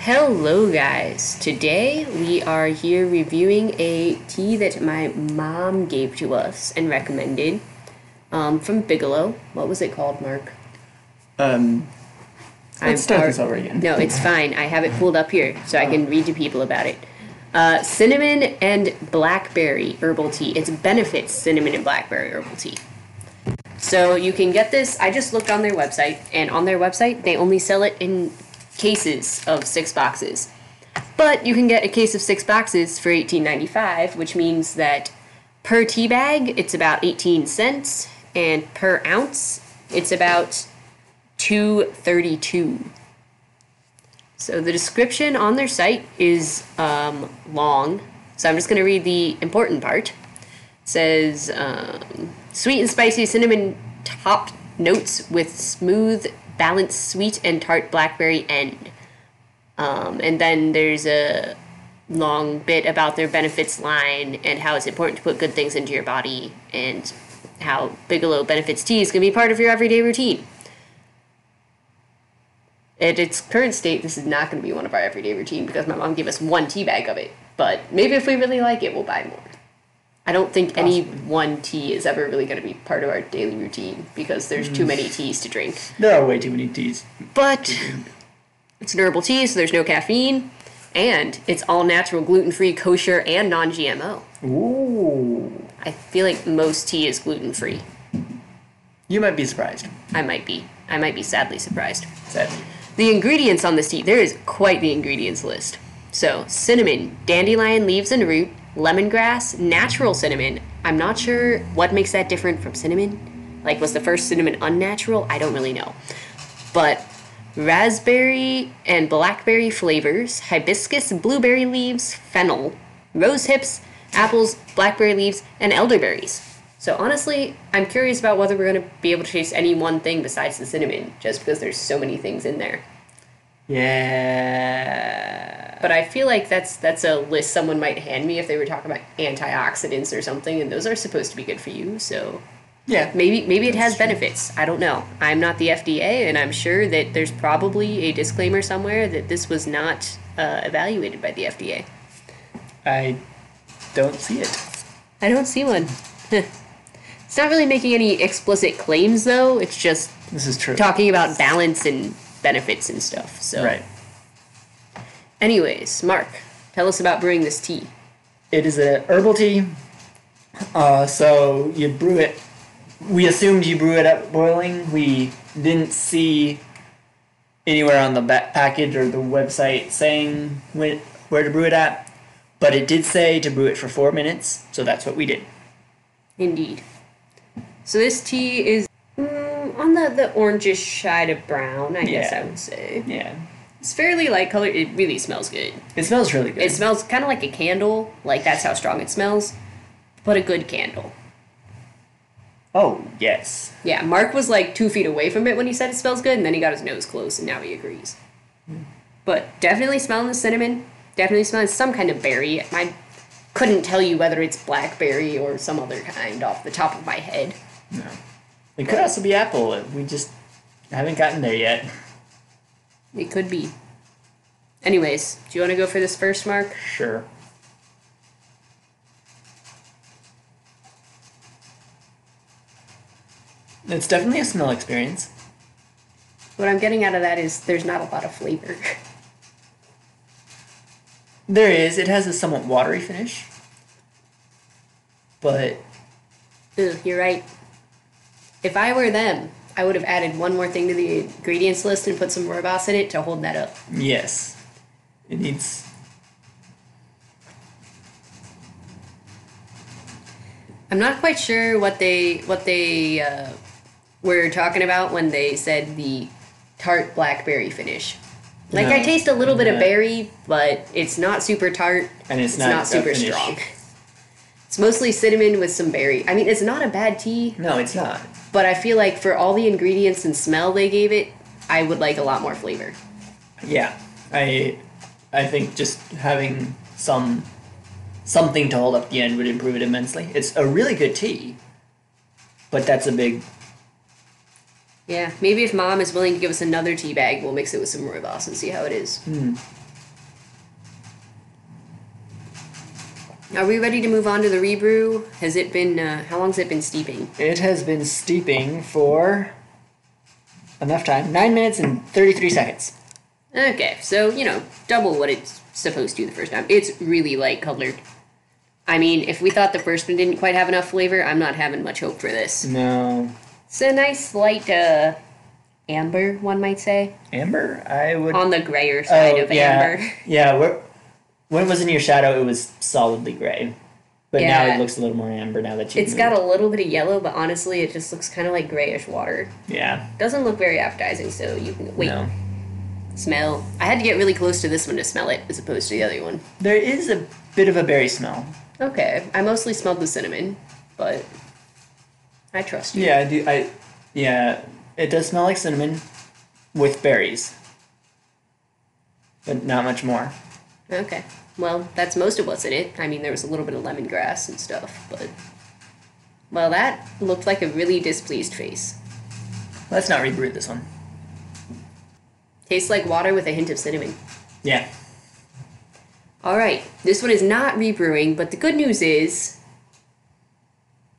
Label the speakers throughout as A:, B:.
A: Hello, guys. Today we are here reviewing a tea that my mom gave to us and recommended um, from Bigelow. What was it called, Mark?
B: Um,
A: I'm
B: let's start
A: ar-
B: this over again. Oh.
A: No, it's fine. I have it pulled up here so I can read to people about it. Uh, cinnamon and blackberry herbal tea. It's benefits cinnamon and blackberry herbal tea. So you can get this. I just looked on their website, and on their website, they only sell it in cases of six boxes. But you can get a case of six boxes for $18.95, which means that per tea bag, it's about 18 cents, and per ounce, it's about 232. So the description on their site is um, long, so I'm just going to read the important part. It says um, sweet and spicy cinnamon topped notes with smooth, balanced sweet and tart blackberry end. Um, and then there's a long bit about their benefits line and how it's important to put good things into your body and how Bigelow Benefits Tea is going to be part of your everyday routine. At its current state, this is not going to be one of our everyday routine because my mom gave us one tea bag of it. But maybe if we really like it, we'll buy more. I don't think any one tea is ever really going to be part of our daily routine because there's too many teas to drink.
B: There are way too many D's.
A: But it's an herbal tea, so there's no caffeine, and it's all natural, gluten free, kosher, and non GMO.
B: Ooh.
A: I feel like most tea is gluten free.
B: You might be surprised.
A: I might be. I might be sadly surprised.
B: Sadly.
A: The ingredients on this tea, there is quite the ingredients list. So, cinnamon, dandelion leaves and root, lemongrass, natural cinnamon. I'm not sure what makes that different from cinnamon. Like, was the first cinnamon unnatural? I don't really know. But raspberry and blackberry flavors, hibiscus, blueberry leaves, fennel, rose hips, apples, blackberry leaves, and elderberries. So honestly, I'm curious about whether we're gonna be able to taste any one thing besides the cinnamon, just because there's so many things in there.
B: Yeah.
A: But I feel like that's that's a list someone might hand me if they were talking about antioxidants or something, and those are supposed to be good for you. So
B: Yeah.
A: maybe maybe it has benefits. I don't know. I'm not the FDA, and I'm sure that there's probably a disclaimer somewhere that this was not uh, evaluated by the FDA.
B: I don't see it.
A: I don't see one. it's not really making any explicit claims though. It's just
B: This is true.
A: talking about balance and benefits and stuff. So
B: Right.
A: Anyways, Mark, tell us about brewing this tea.
B: It is a herbal tea. Uh, so you brew it. We assumed you brew it at boiling. We didn't see anywhere on the ba- package or the website saying when, where to brew it at, but it did say to brew it for four minutes. So that's what we did.
A: Indeed. So this tea is mm, on the the orangish side of brown. I guess
B: Yeah.
A: I would say
B: Yeah.
A: it's fairly light color. It really smells good.
B: It smells really good.
A: It smells kind of like a candle. Like that's how strong it smells, but a good candle.
B: oh yes.
A: Yeah, Mark was like two feet away from it when he said it smells good, and then he got his nose closed, and now he agrees. But definitely smelling the cinnamon. Definitely smelling some kind of berry. I couldn't tell you whether it's blackberry or some other kind off the top of my head.
B: No. It could also be apple. We just haven't gotten there yet.
A: It could be. Anyways, do you want to go for this first, Mark?
B: Sure. It's definitely a smell experience.
A: What I'm getting out of that is there's not a lot of flavor.
B: There is. It has a somewhat watery finish. But
A: Ugh, you're right. If I were them, I would have added one more thing to the ingredients list and put some rooibos in it to hold that up.
B: yes, it needs.
A: I'm not quite sure what they what they uh, were talking about when they said the tart blackberry finish. Like I
B: No.
A: taste a little bit of
B: No.
A: berry, but it's not super tart.
B: And it's
A: it's
B: not
A: not,
B: a
A: super
B: finish.
A: strong. It's mostly cinnamon with some berry. I mean, it's not a bad tea,
B: No, it's not.
A: but I feel like for all the ingredients and smell they gave it, I would like a lot more flavor.
B: Yeah, I, I think just having some, something to hold up the end would improve it immensely. It's a really good tea. But that's a big
A: Yeah, maybe if mom is willing to give us another tea bag, we'll mix it with some rooibos and see how it is. Are we ready to move on to the rebrew? Has it been, uh, how long's it been steeping?
B: It has been steeping for enough time. Nine minutes and thirty-three seconds.
A: Okay, so, you know, double what it's supposed to the first time. It's really light colored. I mean, if we thought the first one didn't quite have enough flavor, I'm not having much hope for this.
B: No.
A: It's a nice light, uh, amber, one might say.
B: Amber? I would oh,
A: On the grayer side of
B: yeah.
A: amber.
B: Yeah, where, when it was in your shadow, it was solidly gray. But now
A: Yeah.
B: it looks a little more amber now that you.
A: It's got a little bit of yellow, but honestly, it just looks kind of like grayish water.
B: Yeah.
A: Doesn't look very appetizing, so you can wait.
B: No.
A: Smell. I had to get really close to this one to smell it, as opposed to the other one.
B: There is a bit of a berry smell.
A: Okay, I mostly smelled the cinnamon, but I trust you.
B: Yeah, I do. I. Yeah, it does smell like cinnamon, with berries. But not much more.
A: Okay. Well, that's most of what's in it. I mean, there was a little bit of lemongrass and stuff, but. Well, that looked like a really displeased face.
B: Let's not rebrew this one.
A: Tastes like water with a hint of cinnamon.
B: Yeah.
A: All right, this one is not rebrewing, but the good news is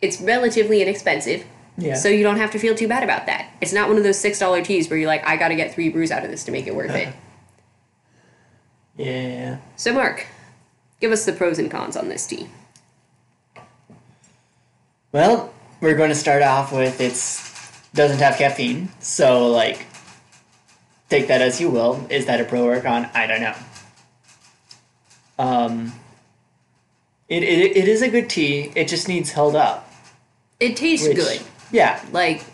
A: it's relatively inexpensive,
B: Yeah.
A: so you don't have to feel too bad about that. It's not one of those six dollar teas where you're like, I got to get three brews out of this to make it worth it.
B: yeah.
A: So, Mark, give us the pros and cons on this tea.
B: Well, we're going to start off with it's doesn't have caffeine, so like take that as you will. Is that a pro or a con? I don't know. Um, it, it it is a good tea. It just needs held up.
A: It tastes
B: which-
A: good.
B: Yeah,
A: Like,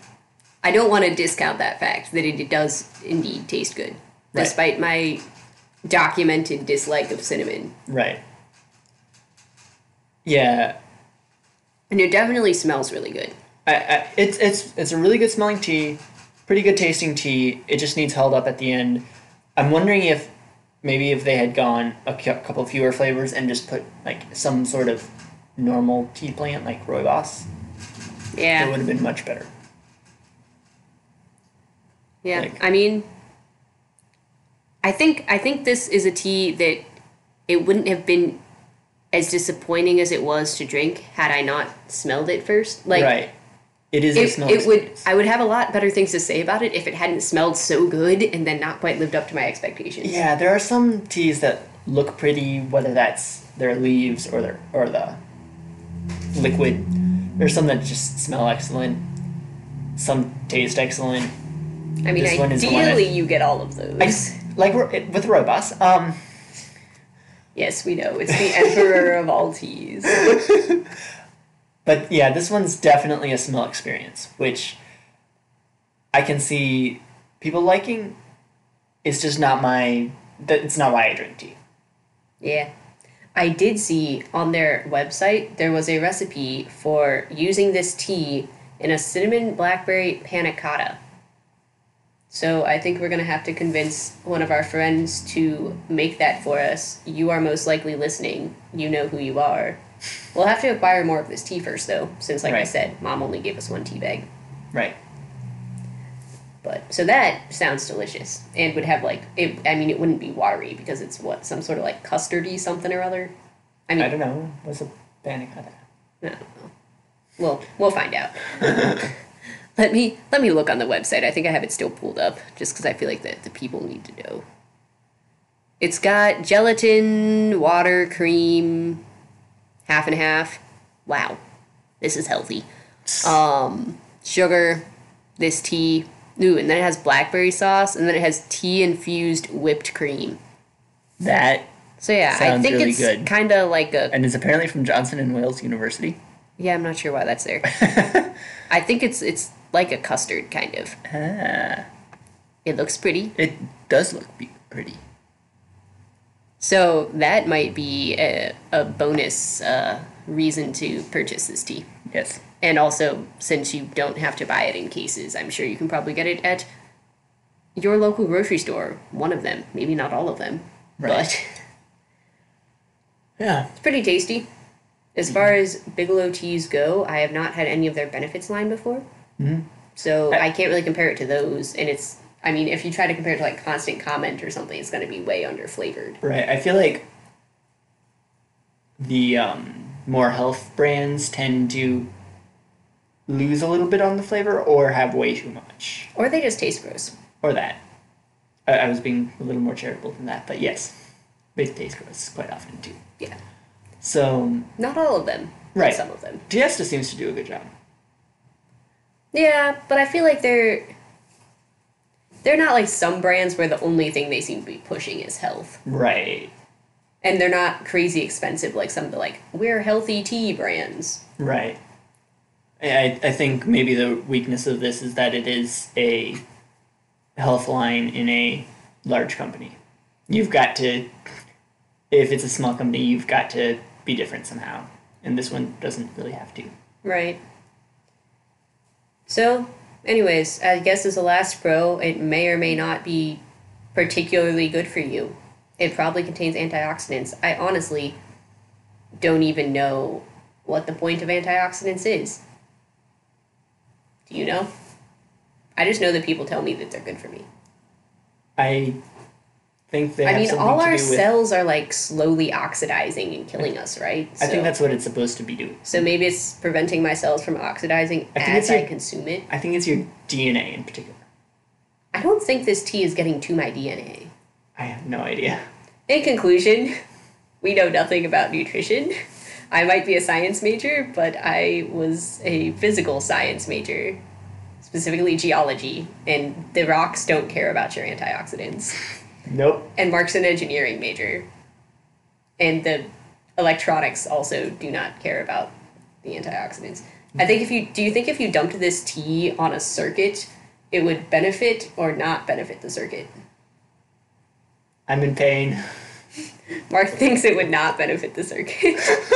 A: I don't want to discount that fact that it, it does indeed taste good,
B: Right.
A: despite my documented dislike of cinnamon.
B: right. Yeah,
A: And it definitely smells really good.
B: I, I, it's it's it's a really good smelling tea, pretty good tasting tea. It just needs held up at the end. I'm wondering if maybe if they had gone a cou- couple fewer flavors and just put like some sort of normal tea plant like rooibos,
A: Yeah.
B: it would have been much better.
A: Yeah,
B: Like-
A: I mean, I think I think this is a tea that it wouldn't have been as disappointing as it was to drink had I not smelled it first. Like
B: right. It is a
A: it,
B: smell.
A: it would
B: experience.
A: I would have a lot better things to say about it if it hadn't smelled so good and then not quite lived up to my expectations.
B: Yeah, there are some teas that look pretty, whether that's their leaves or their or the liquid. There's some that just smell excellent. Some taste excellent.
A: I mean,
B: This one is the one
A: ideally you get all of those.
B: I just like ro- it- with robust. Um,
A: yes, we know it's the emperor of all teas.
B: but yeah, this one's definitely a smell experience, which I can see people liking. It's just not my. That it's not why I drink tea.
A: Yeah. I did see on their website there was a recipe for using this tea in a cinnamon blackberry panna cotta. So I think we're going to have to convince one of our friends to make that for us. You are most likely listening. You know who you are. We'll have to acquire more of this tea first though, since like I
B: Right.
A: said, mom only gave us one tea bag.
B: Right.
A: But so that sounds delicious and would have like it, I mean it wouldn't be watery because it's what some sort of like custardy something or other. I mean
B: I don't know. What's a panic on that?
A: I don't know. Well, we'll find out. let me let me look on the website. I think I have it still pulled up, just because I feel like the, the people need to know. It's got gelatin, water, cream, half and half. Wow, this is healthy. Um, sugar, this tea. Ooh, and then it has blackberry sauce, and then it has tea infused whipped cream.
B: That
A: So yeah, I
B: Sounds
A: think
B: really
A: it's
B: good.
A: kind of like a
B: and it's apparently from Johnson and Wales University.
A: Yeah, I'm not sure why that's there. I think it's it's like a custard kind of.
B: Ah,
A: It looks pretty.
B: it does look be- pretty.
A: So that might be a, a bonus uh, reason to purchase this tea.
B: Yes.
A: And also, since you don't have to buy it in cases, I'm sure you can probably get it at your local grocery store. One of them, maybe not all of them,
B: Right.
A: but
B: Yeah.
A: it's pretty tasty. As far as Bigelow teas go, I have not had any of their benefits line before. So I can't really compare it to those. And it's, I mean, if you try to compare it to like Constant Comment or something, it's going to be way under flavored.
B: Right. I feel like the um, more health brands tend to lose a little bit on the flavor or have way too much.
A: Or they just taste gross.
B: Or that. I, I was being a little more charitable than that, but yes, they taste gross quite often too.
A: Yeah.
B: So,
A: Not all of them. but
B: Right.
A: Some of them.
B: Diesta seems to do a good job.
A: Yeah, but I feel like they're they're not like some brands where the only thing they seem to be pushing is health.
B: Right.
A: And they're not crazy expensive like some of the like we're healthy tea brands.
B: Right. I, I I think maybe the weakness of this is that it is a health line in a large company. You've got to, if it's a small company, you've got to be different somehow. And this one doesn't really have to.
A: Right. So, anyways, I guess as a last pro, it may or may not be particularly good for you. It probably contains antioxidants. I honestly don't even know what the point of antioxidants is. Do you know? I just know that people tell me that they're good for me.
B: I think they.
A: I
B: have
A: mean,
B: something
A: all
B: to
A: our
B: do with,
A: cells are like slowly oxidizing and killing us, right?
B: I think that's what it's supposed to be doing.
A: so maybe it's preventing my cells from oxidizing
B: I think
A: as
B: it's your-
A: I consume it.
B: I think it's your DNA in particular.
A: I don't think this tea is getting to my DNA.
B: I have no idea.
A: In conclusion, we know nothing about nutrition. I might be a science major, but I was a physical science major, specifically geology, and the rocks don't care about your antioxidants.
B: Nope.
A: And Mark's an engineering major, and the electronics also do not care about the antioxidants. I think if you do you think if you dumped this tea on a circuit, it would benefit or not benefit the circuit?
B: I'm in pain.
A: Mark thinks it would not benefit the circuit.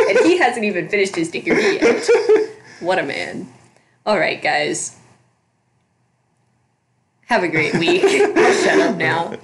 A: and he hasn't even finished his degree yet. What a man. All right, guys. Have a great week. I'll shut up now.